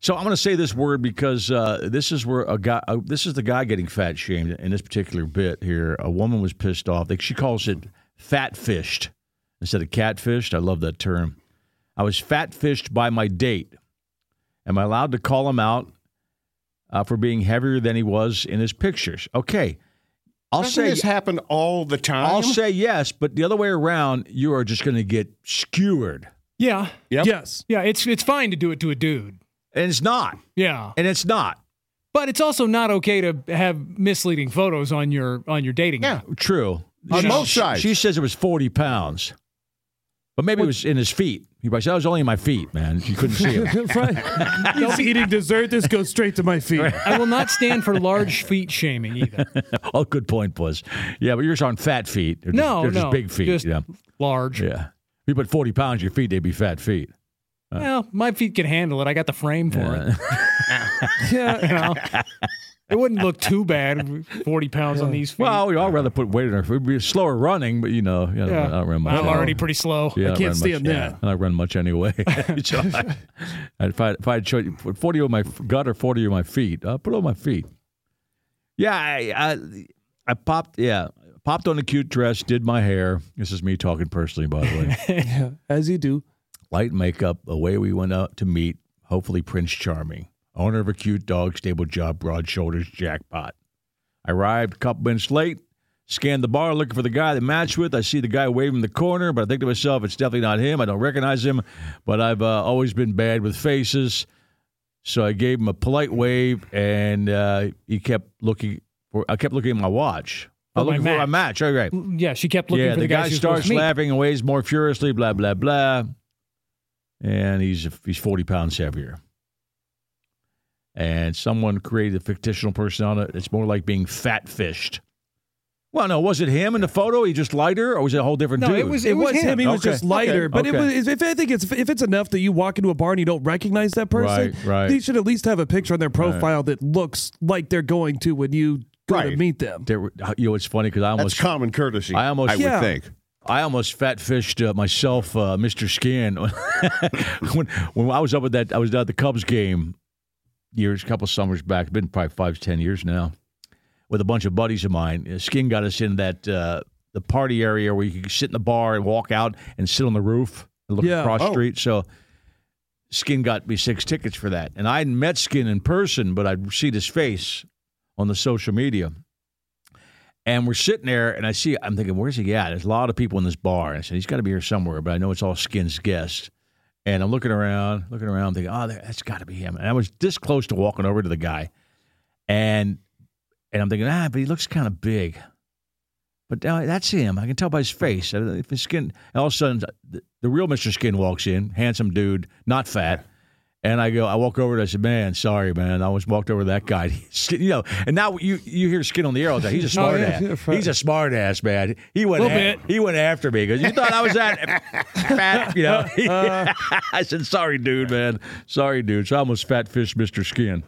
So I'm going to say this word because uh, this is where a guy. Uh, this is the guy getting fat shamed in this particular bit here. A woman was pissed off. Like, She calls it fat fished instead of catfished. I love that term. I was fat fished by my date. Am I allowed to call him out uh, for being heavier than he was in his pictures? Okay, I'll Doesn't say this happen all the time. I'll say yes, but the other way around, you are just going to get skewered, Yeah. Yep. Yes. Yeah. It's it's fine to do it to a dude. and it's not, Yeah. and it's not But it's also not okay to have misleading photos on your on your dating Yeah. app. true. On She- both she- sides. she says it was forty pounds, but maybe it was in his feet. He probably said, "I was only in my feet, man. You couldn't see him." right. He's eating dessert. This goes straight to my feet. I will not stand for large feet shaming either. oh, good point, Buzz. Yeah, but yours aren't fat feet. They're No, just, they're just no, big feet. just- yeah, Large. yeah. If you put forty pounds on your feet, they'd be fat feet. Well, my feet can handle it. I got the frame for it. Yeah. You know? It wouldn't look too bad. Forty pounds on these feet. Well, we all rather put weight on our feet. We'd be slower running, but you know, you know, Yeah. I don't run much. I'm already pretty slow. Yeah, I can't run stand much, that. Yeah, I run much anyway. So I- if I if I show you forty on my gut or forty on my feet, I put it on my feet. Yeah, I, I I popped yeah popped on a cute dress, did my hair. This is me talking personally, by the way. yeah. As you do. light makeup, away we went out to meet, hopefully Prince Charming, owner of a cute dog, stable job, broad shoulders, jackpot. I arrived a couple minutes late, scanned the bar looking for the guy that matched with. I see the guy waving in the corner, but I think to myself, it's definitely not him. I don't recognize him, but I've uh, always been bad with faces. So I gave him a polite wave, and uh, he kept looking for. I kept looking at my watch. I For was my looking for my match. All right. Yeah, she kept looking yeah, for the, guy, she was supposed starts to meet. laughing and waves more furiously, blah, blah, blah. And he's he's 40 pounds heavier. And someone created a fictional persona. It's more like being fat fished. Well, no, was it him in the photo? He just lighter, or was it a whole different No, dude? it was It, was him. He was Okay. just lighter. But Okay. it was. If I think it's if it's enough that you walk into a bar and you don't recognize that person, Right, right. they should at least have a picture on their profile that looks like they're going to when you go to Right. meet them. There were- you know, it's funny because I That's almost common courtesy. I almost- I would Yeah. think. I almost fat fished uh, myself, uh, Mr. Skin, when when I was up at that. I was down at the Cubs game years, a couple summers back. Been probably five, ten years now, with a bunch of buddies of mine. Uh, Skin got us in that uh, the party area where you could sit in the bar and walk out and sit on the roof and look Yeah. across the Oh. street. So. Skin got me six tickets for that, and I hadn't met Skin in person, but I'd seen his face on the social media. And we're sitting there, and I see, I'm thinking, where's he at? There's a lot of people in this bar. And I said, he's got to be here somewhere, but I know it's all Skin's guests. And I'm looking around, looking around, thinking, oh, there- that's got to be him. And I was this close to walking over to the guy, and and I'm thinking, ah, but he looks kind of big. But now that's him. I can tell by his face. Uh, If his skin, all of a sudden, the, the real Mr. Skin walks in, handsome dude, not fat. And I go, I walk over and I said, "Man, sorry, man. I almost walked over to that guy. Skin, you know, and now you you hear skin on the arrow. He's a Oh, smart yeah, ass. yeah, right. He's a smart ass, man. He went Little a- bit. he went after me because you thought I was that fat. You know, Uh, I said, sorry, dude, man. Sorry, dude. So I almost fat fished Mr. Skin.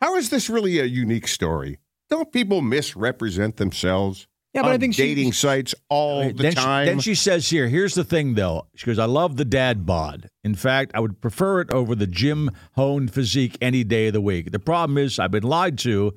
How is this really a unique story? Don't people misrepresent themselves Yeah, but on I think she- dating sites all the then time? She, then she says here, here's the thing though. She goes, I love the dad bod. In fact, I would prefer it over the Jim Hone physique any day of the week. The problem is I've been lied to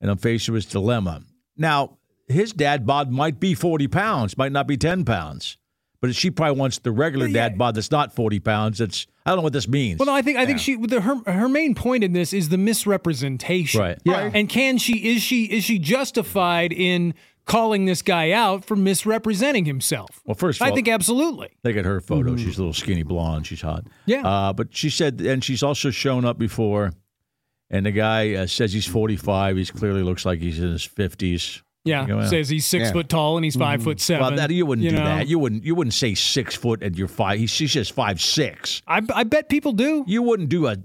and I'm faced with this dilemma. Now, his dad bod might be 40 pounds, might not be 10 pounds. But she probably wants the regular dad bod that's not 40 pounds. That's I don't know what this means. Well, no, I think I think she the, her her main point in this is the misrepresentation, Right. Yeah, and can she is she is she justified in calling this guy out for misrepresenting himself? Well, first of I all- think absolutely. They got her photo. She's a little skinny blonde. She's hot. Mm-hmm. Yeah. Uh, but she said, and she's also shown up before, and the guy uh, says he's 45. He clearly looks like he's in his 50s. Yeah, You know, says he's six Yeah. foot tall and he's five foot seven. Well, that, you wouldn't do know? that. You wouldn't. You wouldn't say six foot and you're five. He, she says five six. I, I bet people do. You wouldn't do a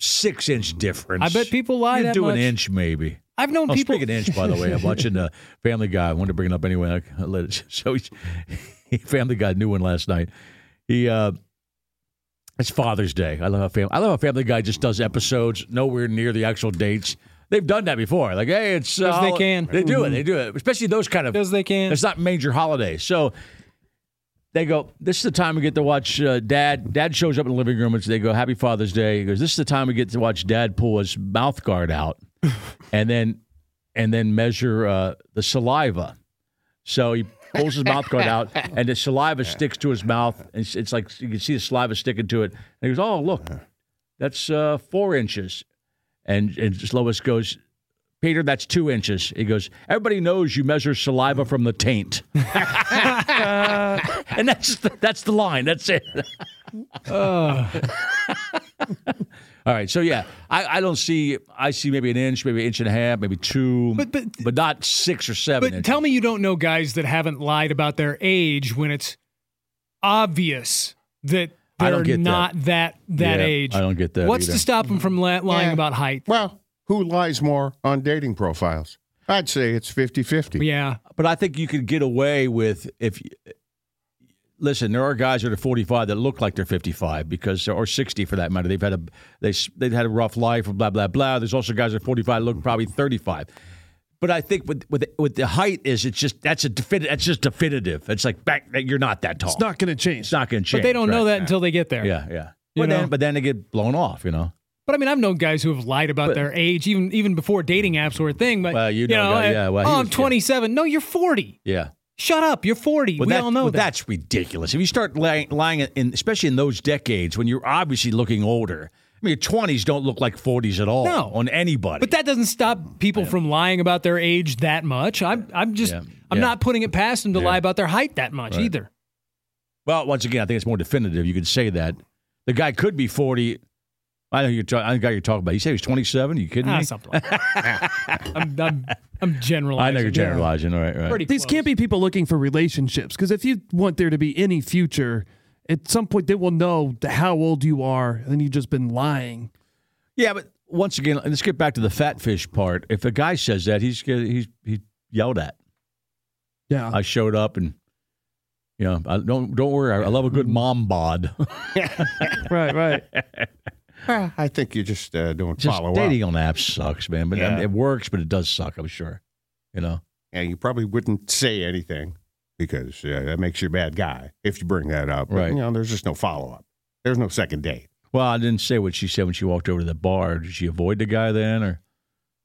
six inch difference. I bet people lie you that do much. an inch maybe. I've known Oh, people. speaking of inch, by the way, I'm watching uh, Family Guy. I wanted to bring it up anyway. I let it. So, he's, Family Guy, new one last night. He, uh, it's Father's Day. I love how Family. I love how Family Guy just does episodes nowhere near the actual dates. They've done that before. Like, hey, it's uh, Because they hol- can. Mm-hmm. They do it. They do it, especially those kind of Because they can. It's not major holidays. So they go, this is the time we get to watch uh, dad. Dad shows up in the living room and they go, happy Father's Day. He goes, this is the time we get to watch dad pull his mouth guard out and then and then measure uh, the saliva. So he pulls his mouth guard out and the saliva sticks to his mouth. And it's, it's like you can see the saliva sticking to it. And he goes, oh, look, that's uh, four inches. And, and Lois goes, Peter, that's two inches. He goes, Everybody knows you measure saliva from the taint. and that's the, that's the line. That's it. All right. So, yeah, I, I don't see, I see maybe an inch, maybe an inch and a half, maybe two, But- but- not six or seven. But inches. tell me you don't know guys that haven't lied about their age when it's obvious that I they're don't get that. not that that Yeah, age. I don't get that What's either. to stop them from la- lying Yeah. about height? Well, who lies more on dating profiles? I'd say it's 50 50. Yeah, But I think you could get away with if. Listen, there are guys that are 45 that look like they're 55 because, or 60 for that matter. They've had a they they've had a rough life, or blah blah blah. There's also guys that are 45 look probably 35. But I think with with with the height is it's just that's a definitive. That's just definitive. It's like back you're not that tall. It's not going to It's change. not going to change. but they don't know right? that until they get there. Yeah, yeah. You But then, know? but then they get blown off. You know. But I mean, I've known guys who have lied about But- their age, even even before dating apps were a thing. But Well, you know, guy- I- yeah, well, he oh, was- I'm 27. No, you're 40. Yeah. Shut up, you're 40. we that- all know well, that. That's ridiculous. If you start lying, lying in, especially in those decades when you're obviously looking older, I mean, your 20s don't look like 40s at all No. on anybody. But that doesn't stop people from lying about their age that much. I'm I'm just Yeah. I'm Yeah. not putting it past them to Yeah. lie about their height that much Right. either. well, once again, I think it's more definitive. You could say that the guy could be 40. I know you're. ta- I know the guy you're talking about. You say he's 27. You kidding Ah, me? something like that. I'm, I'm, I'm I generalizing. know you're generalizing. All right, right. Pretty These close. can't be people looking for relationships because if you want there to be any future, at some point they will know how old you are and you've just been lying. Yeah, but once again, let's get back to the fat fish part. If a guy says that, he's he's he's yelled at. Yeah. I showed up and. You know, I, don't don't worry. I I love a Mm-hmm. good mom bod. right, right. Well, I think you just uh, don't Just follow dating up. on apps sucks, man. But I Yeah. mean, it works, but it does suck. I'm sure. You know. Yeah, you probably wouldn't say anything because uh, that makes you a bad guy if you bring that up. But, Right. You know, there's just no follow up. There's no second date. Well, I didn't say what she said when she walked over to the bar. Did she avoid the guy then, or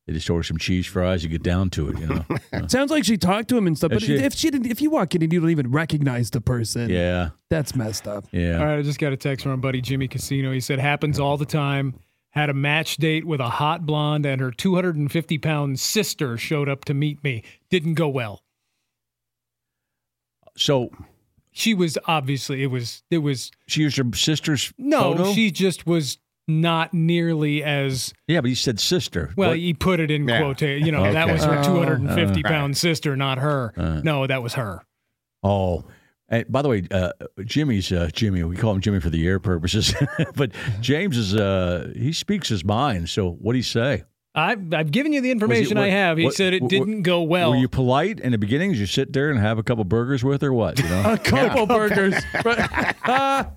they just order some cheese fries and get down to it? You know. Sounds like she talked to him and stuff. And But she- if she didn't, if you walk in and you don't even recognize the person, yeah. that's messed up. Yeah. All right, I just got a text from our buddy Jimmy Casino. He said happens all the time. Had a match date with a hot blonde, and her 250 pound sister showed up to meet me. Didn't go well. So She was obviously it was it was she used her sister's no, photo? she just was not nearly as Yeah, but he said sister. well. What- He put it in Yeah. quote, you know, that Okay. was her Oh. 250 Uh, pound sister, not her. Uh. no, that was her. Oh. And by the way, uh, Jimmy's uh, Jimmy. We call him Jimmy for the air purposes, but James is uh, he speaks his mind. So what do he say? I've I've given you the information what- I have. He what- said it what- didn't go well. Were you polite in the beginning? Did you sit there and have a couple burgers with her? What you know? A couple burgers. Right. Ah,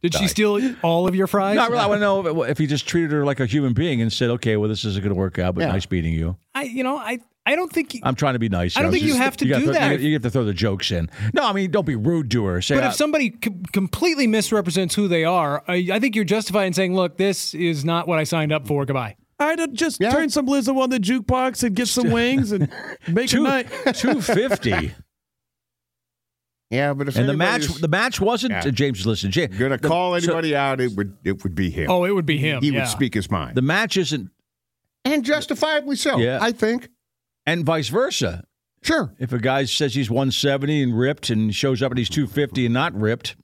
Did she steal all of your fries? No, I really, I want to know if, if he just treated her like a human being and said, "Okay, well, this isn't going to work out, but Yeah. nice meeting you." I you know I I don't think. I'm trying to be nice. I don't I'm think you have to gotta do throw- that. You, you have to throw the jokes in. No, I mean, don't be rude to her. Say, but uh, if somebody c- completely misrepresents who they are, I, I think you're justified in saying, "Look, this is not what I signed up for." Goodbye. I don't just Yeah. turn some lizzo on the jukebox and get some wings and make a two night. two fifty, Yeah, but if and the match anybody's the match wasn't Yeah. uh, James. Listen, James, gonna the- call so anybody out, it would it would be him. Oh, it would be him. he yeah. would speak his mind, the match isn't, and justifiably so. Yeah. I think. and vice versa. Sure. If a guy says he's 170 and ripped and shows up and he's 250 and not ripped,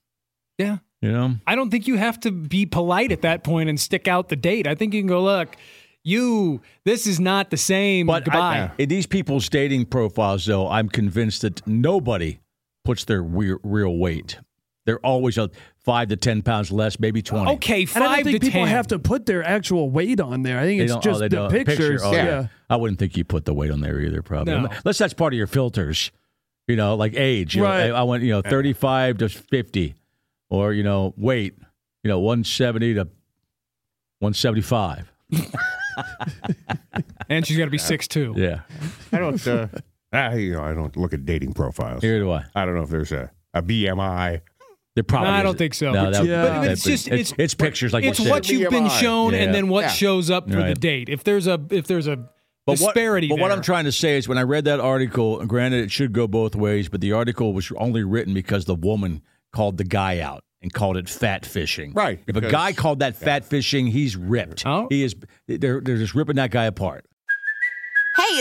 Yeah. you know, I don't think you have to be polite at that point and stick out the date. I think you can go, "Look, you. This is not the same." But I, Goodbye. in these people's dating profiles, though, I'm convinced that nobody puts their real, real weight. They're always a five to ten pounds less, maybe twenty. Okay, And five I don't think to people 10. have to put their actual weight on there. I think They it's don't- oh, just they the don't- picture, pictures. oh, yeah. I wouldn't think you put the weight on there either, probably. No. Unless that's part of your filters, you know, like age. You know, Right. I, I went, you know, 35 to 50 or, you know, weight, you know, 170 to 175. And she's got to be six two. Yeah. I don't. Uh, I, you know, I don't look at dating profiles. Here do I. I don't know if there's a, a BMI. There probably No, I don't isn't. think so. No, But- that, Yeah. that, but it's that- just- Uh, it's, it's- pictures like it's you said. what you've been BMI. shown Yeah. and then what Yeah. shows up for the Right. date. If there's a if there's a what- disparity, But what there. I'm trying to say is, when I read that article, and granted it should go both ways, but the article was only written because the woman called the guy out and called it fat fishing. Right, If a because- guy called that fat fishing, he's ripped. Oh. He is. They're they're just ripping that guy apart. Hey,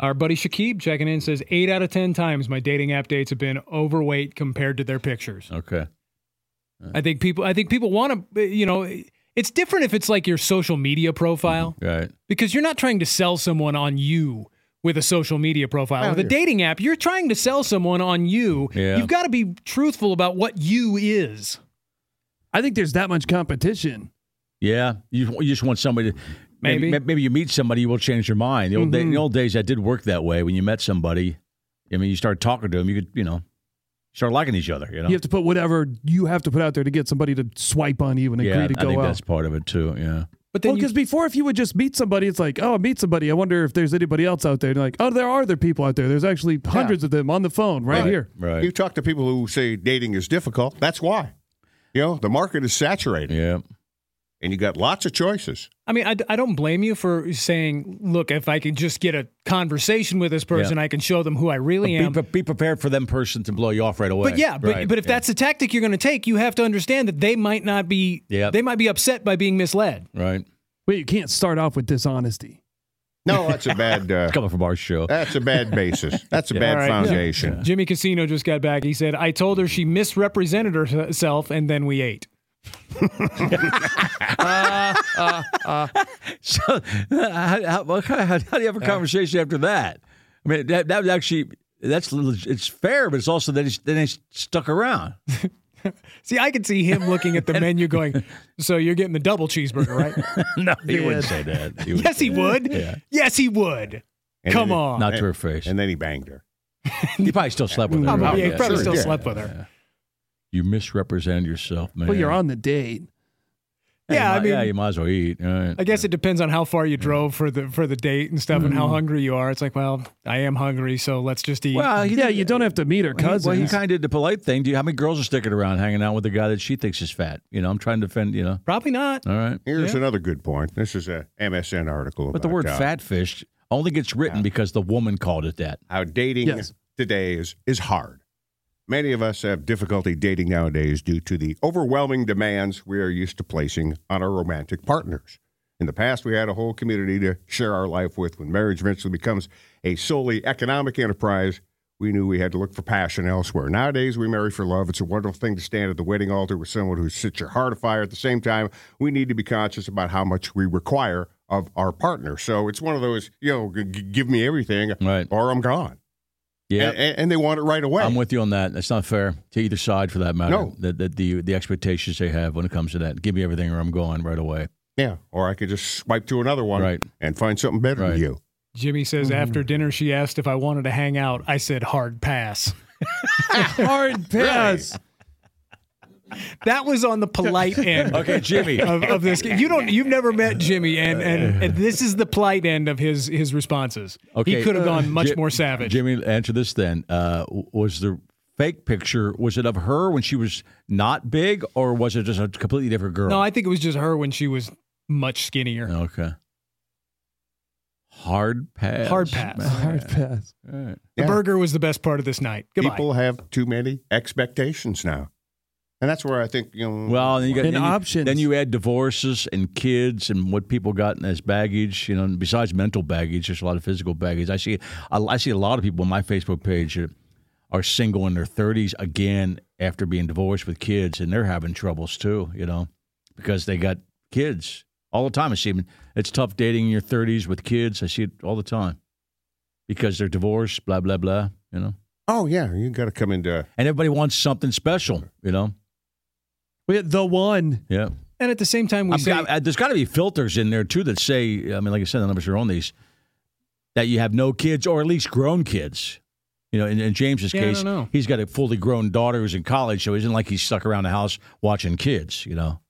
Our buddy Shakib checking in says eight out of ten times my dating app dates have been overweight compared to their pictures. Okay. I think people I think people want to you know it's different if it's like your social media profile Right. because you're not trying to sell someone on you with a social media profile. With a dating app, you're trying to sell someone on you. Yeah. You've got to be truthful about what you is. I think there's that much competition. Yeah. You, you just want somebody. To, Maybe. maybe you meet somebody, you will change your mind. The old, day, in the old days, that did work that way. When you met somebody, I mean, you start talking to them, you could, you know, start liking each other. You know. You have to put whatever you have to put out there to get somebody to swipe on you and yeah. agree to I go think out. that's part of it too. Yeah. But then Well, you- because before, if you would just meet somebody, it's like, oh, I meet somebody. I wonder if there's anybody else out there. And you're like, oh, there are other people out there. There's actually hundreds of them on the phone right, here. Right. You talk to people who say dating is difficult. That's why. You know, the market is saturated, Yeah. and you got lots of choices. I mean, I, I don't blame you for saying, look, if I can just get a conversation with this person, I can show them who I really Be, am. pre- be prepared for them person to blow you off right away. But yeah, but, Right, but if yeah. that's the tactic you're going to take, you have to understand that they might not be Yeah. they might be upset by being misled. right, Wait, you can't start off with dishonesty. No, that's a bad. Uh, coming from our show, that's a bad basis. That's a bad All right. foundation. Jimmy Casino just got back. He said, "I told her she misrepresented herself, and then we ate." so how, how, how do you have a conversation after that? I mean, that, that was actually that's leg- it's fair, but it's also that it's, then it's stuck around. See, I could see him looking at the menu, going, "So you're getting the double cheeseburger, right?" no, he wouldn't say that. would yes, say he that. would. Yeah. Yes, he would. And Come then- on. Not to her face. And then he banged her. he probably still slept with her. Probably, right? Oh, yeah, he Oh, Yeah, probably sure. still yeah. slept with her. You misrepresent yourself, man. But you're on the date. Hey, Yeah, you I might- yeah, mean- you might as well eat. All right. I guess it depends on how far you drove for the for the date and stuff, and how hungry you are. It's like, well, I am hungry, so let's just eat. Mm-hmm. Well, he Yeah, did- you don't have to meet her He- cousins. Uh, Well, he kind of did the polite thing. Do you, how many girls are sticking around hanging out with the guy that she thinks is fat? You know, I'm trying to defend. You know, Probably not. all right. Here's another good point. This is a MSN article. But the about, word uh, "fat fish" only gets written because the woman called it that. How dating Yes. today is is hard. Many of us have difficulty dating nowadays due to the overwhelming demands we are used to placing on our romantic partners. In the past, we had a whole community to share our life with. When marriage eventually becomes a solely economic enterprise, we knew we had to look for passion elsewhere. Nowadays, we marry for love. It's a wonderful thing to stand at the wedding altar with someone who sets your heart afire. At the same time, we need to be conscious about how much we require of our partner. So it's one of those, you know, g- g- give me everything Right. or I'm gone. Yeah, And- and, and they want it right away. I'm with you on that. That's not fair to either side, for that matter. No. the, the, the the expectations they have when it comes to that. Give me everything, or I'm going right away. yeah, or I could just swipe to another one Right. and find something better Right. than you. Jimmy says Mm-hmm. after dinner, she asked if I wanted to hang out. I said hard pass. hard pass. that was on the polite end. Okay, Jimmy. Of, of this, you don't, you've never met Jimmy, and, and and this is the polite end of his his responses. Okay. uh, he could have gone much Ji- more savage. Jimmy, answer this then. Uh, w- was the fake picture, was it of her when she was not big, or was it just a completely different girl? No, I think it was just her when she was much skinnier. Okay. Hard pass. Hard pass. Hard pass. All The Yeah. burger was the best part of this night. Goodbye. People have too many expectations now, and that's where I think you know. Well, then you got And then you- options. then you add divorces and kids and what people got as baggage. You know, and besides mental baggage, there's a lot of physical baggage. I see, I, I see a lot of people on my Facebook page that are single in their 30s again after being divorced with kids, and they're having troubles too. You know, because they got kids all the time. I see 'em- it's tough dating in your 30s with kids. I see it all the time because they're divorced. Blah blah blah. You know, oh yeah, you got to come into and everybody wants something special. You know, We had the one. yeah. and at the same time, we I'm- say, I- I- there's got to be filters in there too that say, I mean, like I said, the numbers are on these that you have no kids or at least grown kids. You know, in, in James's Yeah, I case, don't know. he's got a fully grown daughter who's in college, so it isn't like he's stuck around the house watching kids. You know,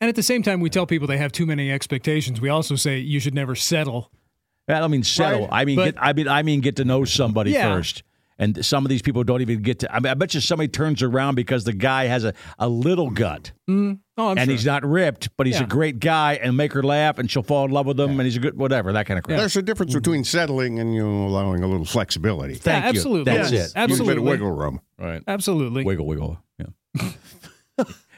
and at the same time, we tell people they have too many expectations. We also say you should never settle. I don't mean settle. Right, I mean, but- get, I mean, I mean, get to know somebody Yeah. first. And some of these people don't even get to. I, mean, I bet you somebody turns around because the guy has a, a little gut, Mm, oh, I'm and sure. he's not ripped, but he's Yeah. a great guy, and make her laugh, and she'll fall in love with him, and he's a good whatever that kind of crap. There's a difference Mm-hmm. between settling and you know, allowing a little flexibility, Thank yeah, you. absolutely. That's Yes, it. a little Absolutely. bit of wiggle room. Right. Absolutely. Wiggle, wiggle. Yeah.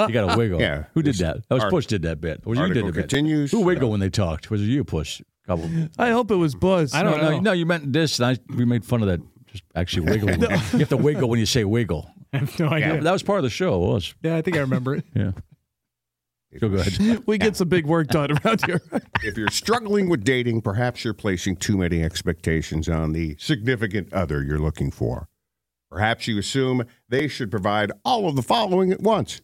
you got to wiggle. Yeah. Who did that? That was Art- Push did that bit. Was you did Article the bit? continues. Who wiggled when they talked? Was it you, Push? Couple. I hope it was Buzz. I don't no, know. no, you meant this, and I, we made fun of that. Just actually wiggle. You have to wiggle when you say wiggle. I have no Yeah, idea. but that was part of the show. it Was yeah, I think I remember it. yeah. So go ahead. We get some big work done around here. If you're struggling with dating, perhaps you're placing too many expectations on the significant other you're looking for. Perhaps you assume they should provide all of the following at once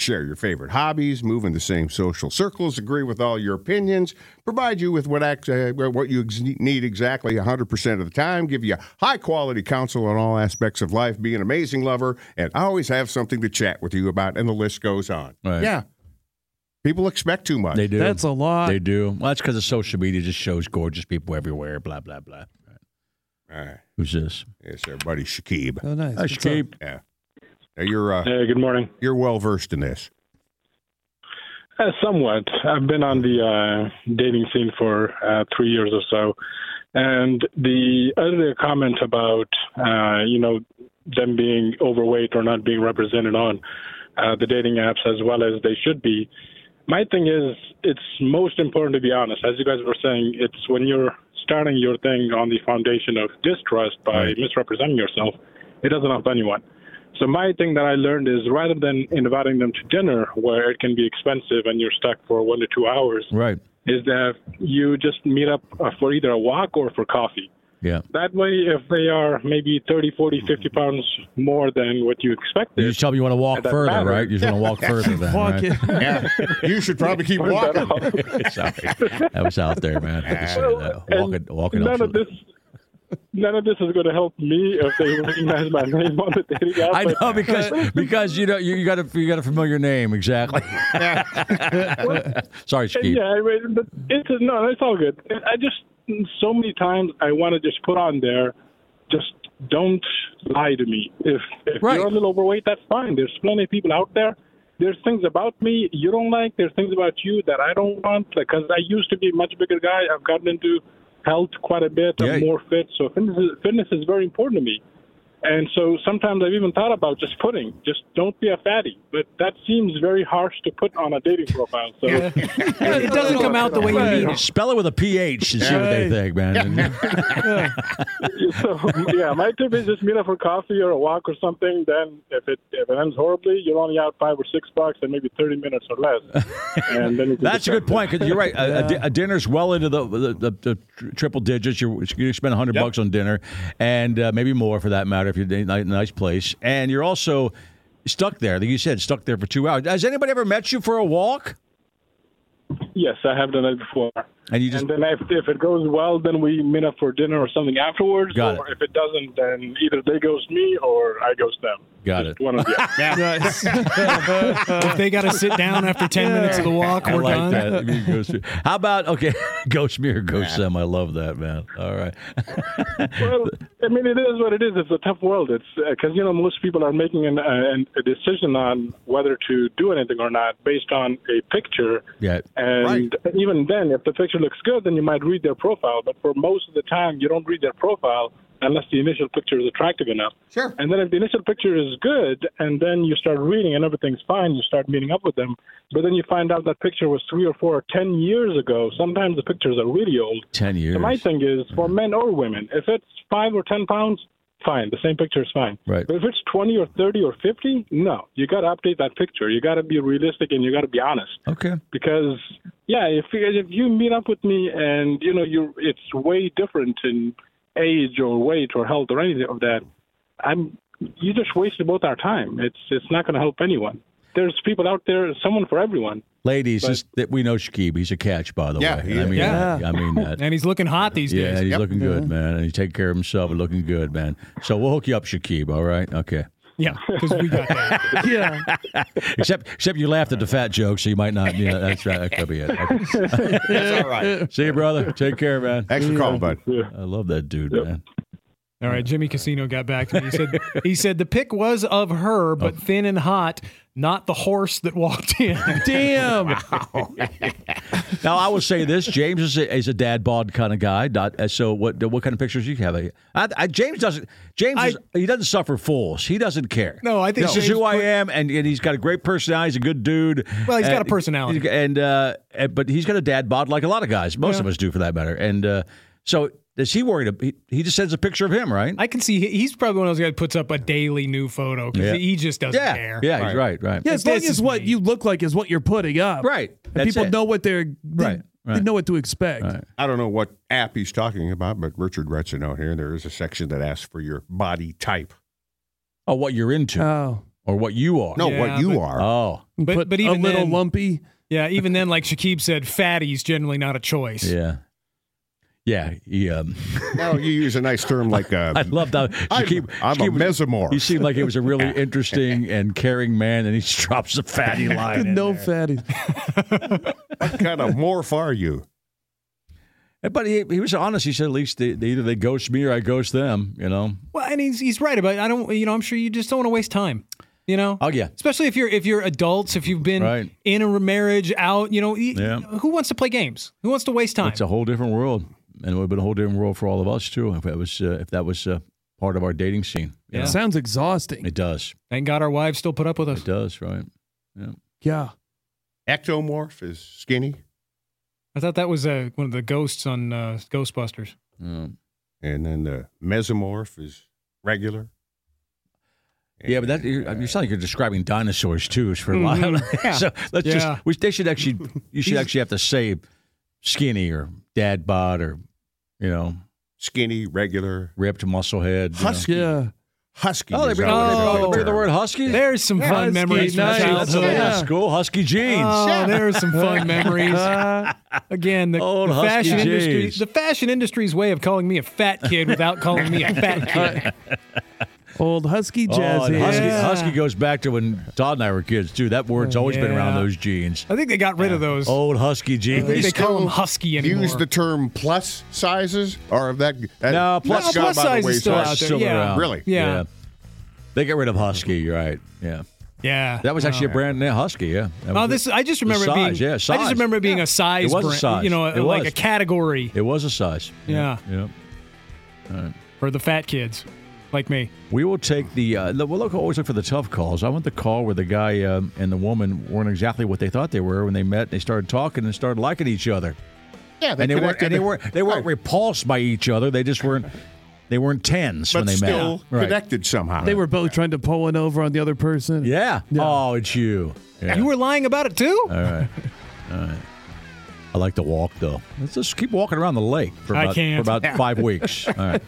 share your favorite hobbies, move in the same social circles, agree with all your opinions, provide you with what, ex- uh, what you ex- need exactly 100% of the time, give you high quality counsel on all aspects of life, be an amazing lover, and always have something to chat with you about. And the list goes on. Right. Yeah. People expect too much. They do. That's a lot. They do. Well, that's because the social media just shows gorgeous people everywhere. Blah blah blah. Right. All right. Who's this? It's our buddy Shakib. Oh, nice. I What's up? keep. Yeah. Now you're uh, Hey, good morning. you're well versed in this. Uh, somewhat. I've been on the uh, dating scene for uh, three years or so, and the earlier comment about uh, you know them being overweight or not being represented on uh, the dating apps as well as they should be. My thing is, it's most important to be honest. As you guys were saying, it's when you're starting your thing on the foundation of distrust by Right. misrepresenting yourself, it doesn't help anyone. So my thing that I learned is rather than inviting them to dinner where it can be expensive and you're stuck for one to two hours, Right. is that you just meet up uh, for either a walk or for coffee. Yeah. That way, if they are maybe 30, 40, 50 pounds more than what you expected, Mm-hmm. You just tell me you want to walk And that further, matter. right? You just want to walk further. Then, Fuck right? it. Yeah. you should probably keep turns out walking. all- Sorry, that was out there, man. I just said that. and Walking, walking none up. of to- this, none of this is going to help me if they recognize my name on the dating app. I but- know because because you know you, you got a you got a familiar name exactly. Sorry, Steve. Yeah, I mean, but it's no, it's all good. I just so many times I want to just put on there, just don't lie to me. If, if Right. you're a little overweight, that's fine. There's plenty of people out there. There's things about me you don't like. There's things about you that I don't want. Because I used to be a much bigger guy. I've gotten into health quite a bit. Yeah. I'm more fit. So fitness is, fitness is very important to me. And so sometimes I've even thought about just putting, just don't be a fatty. But that seems very harsh to put on a dating profile. So it doesn't come out the way you need it. Spell it with a PH and see what they think, man. so yeah, my tip is just meet up for coffee or a walk or something. Then if it if it ends horribly, you're only out five or six bucks and maybe thirty minutes or less. And then you can That's a decide. good point because you're right. A, a di- a dinner's well into the the, the, the tr- triple digits. You're, you spend hundred bucks on dinner, and uh, maybe more for that matter if you're in a ni- nice place. And you're also stuck there, like you said, stuck there for two hours. Has anybody ever met you for a walk? Yes, I have done it before. And you just and then if, if it goes well, then we meet up for dinner or something afterwards. Got or it. if it doesn't, then either they ghost me or I ghost them. got it. Just One of the other. if they got to sit down after 10 minutes of the walk, I we're like done. that. Me and Ghost Mew. How about okay, Ghost Me or Ghost Them? I love that, man. All right. well, I mean, it is what it is. It's a tough world. It's because you know most people are making an, uh, an, a decision on whether to do anything or not based on a picture. Yeah. And even then, if the picture looks good, then you might read their profile. But for most of the time, you don't read their profile unless the initial picture is attractive enough. Sure. And then if the initial picture is good, and then you start reading and everything's fine, you start meeting up with them. But then you find out that picture was three or four or ten years ago. Sometimes the pictures are really old. Ten years. So my thing is for men or women, if it's five or ten pounds, fine. The same picture is fine. Right. But if it's twenty or thirty or fifty, no. You got to update that picture. You got to be realistic and you got to be honest. Okay. Because yeah, if you, if you meet up with me and you know you it's way different in age or weight or health or anything of that, I'm you just wasted both our time. It's it's not going to help anyone. There's people out there, someone for everyone. Ladies, this, that we know Shakib. He's a catch, by the Yeah, way. he I is. mean Yeah. that. I mean that. And he's looking hot these Yeah, days. he's looking good, man. And he's taking care of himself and looking good, man. So we'll hook you up, Shakib, all right? Okay. Yeah, because we got that. Yeah. Except except you laughed at the fat joke, so you might not. Yeah, that's right. That could be it. Okay. That's all right. See you, brother. Take care, man. Thanks for calling, bud. I love that dude, man. All right, Jimmy Casino got back to me. He said he said the pick was of Oh. her, but thin and hot, not the horse that walked in. Damn. Now I will say this: James is a, is a dad bod kind of guy. Not, uh, so what? What kind of pictures you have? I, I, James doesn't. James is, he doesn't suffer fools. He doesn't care. No, I think this is James who I put- am, and, and he's got a great personality. He's a good dude. Well, he's got And- a personality. and uh, and- but he's got a dad bod like a lot of guys. Most of us do, for that matter. And uh, so is he worried? ab- He, he just sends a picture of him, right? I can see he- he's probably one of those guys that puts up a daily new photo because Yeah. he just doesn't yeah, care. yeah, he's right, right, Yeah, as long This as is what me. you look like is what you're putting up. right. And That's people it. know what they're they, Right, they right. know what to expect. I don't know what app he's talking about, but Richard writes a note here. There is a section that asks for your body type. Oh, what you're into Uh, Oh. or what you are. No, Yeah, what you but- are. Oh, You But- put but a even little then- lumpy. Yeah, even then, like Shakib said, fatty's generally not a choice. yeah, yeah. He, um, no, you use a nice term like uh, I love that. I'm, Shakib- I'm a Shakib was- mesomorph. He seemed like he was a really interesting and caring man, and he just drops a fatty line. in No there. fatty. what kind of morph are you? but he, he was honest. He said, at least they, they either they ghost me or I ghost them. You know. Well, and he's he's right about. I don't. You know, I'm sure you just don't want to waste time. You know. Oh yeah. Especially if you're if you're adults, if you've been Right. in a marriage, out. You know, y- Yeah. who wants to play games? Who wants to waste time? It's a whole different world, and it would have been a whole different world for all of us too if that was uh, if that was uh, part of our dating scene. you Yeah. know? Sounds exhausting. It does. Thank God our wives still put up with us. It does. Right. Yeah. Ectomorph is skinny, I thought that was uh, one of the ghosts on uh, Ghostbusters. Yeah. and then the mesomorph is regular. Yeah, but that you you sound like you're describing dinosaurs too. is For a lot, so let's Mm-hmm. Yeah. just we, they should actually you should actually have to say skinny or dad bod or you know skinny, regular, ripped muscle head. you know. husky. Yeah. Husky. Oh, they is bring, always oh, a they bring the term. word husky. There's some fun Husky, memories from nice. That's childhood. old Yeah. school husky jeans. Oh, there's some fun memories. Again, the, Old the husky fashion industry, J's. the fashion industry's way of calling me a fat kid without calling me a fat kid. Old husky Oh, jazz. and husky, hands. husky goes back to when Todd and I were kids too. That word's always been around Oh, Yeah. those jeans. I think they got rid of those. Old husky jeans. think they call still them husky anymore. Use the term plus sizes, or that, that No, plus- that's gone plus by the size is wayside. still out That's there, still yeah. around. Really? Yeah. They get rid of husky. You're right. Yeah. yeah. That was actually a brand name, husky. Yeah. That Oh, was it. this I just remember it size, being. yeah, I size. just remember it being a size. It was a brand, size. You know, It like was. a category It was a size. Yeah. yeah. for the fat kids, like me. We will take the. Uh, the- we'll look, always look for the tough calls. I want the call where the guy um, and the woman weren't exactly what they thought they were when they met. They started talking and started liking each other, Yeah, and they weren't. connected And they the- weren't. They weren't Right. repulsed by each other. They just weren't. They weren't tens but when they still met. Right. connected somehow. They were both trying to pull one over on the other person. Yeah. Oh, it's you. Yeah. You were lying about it too. I like to walk though. Let's just keep walking around the lake for I about, can't. For about five weeks. All right.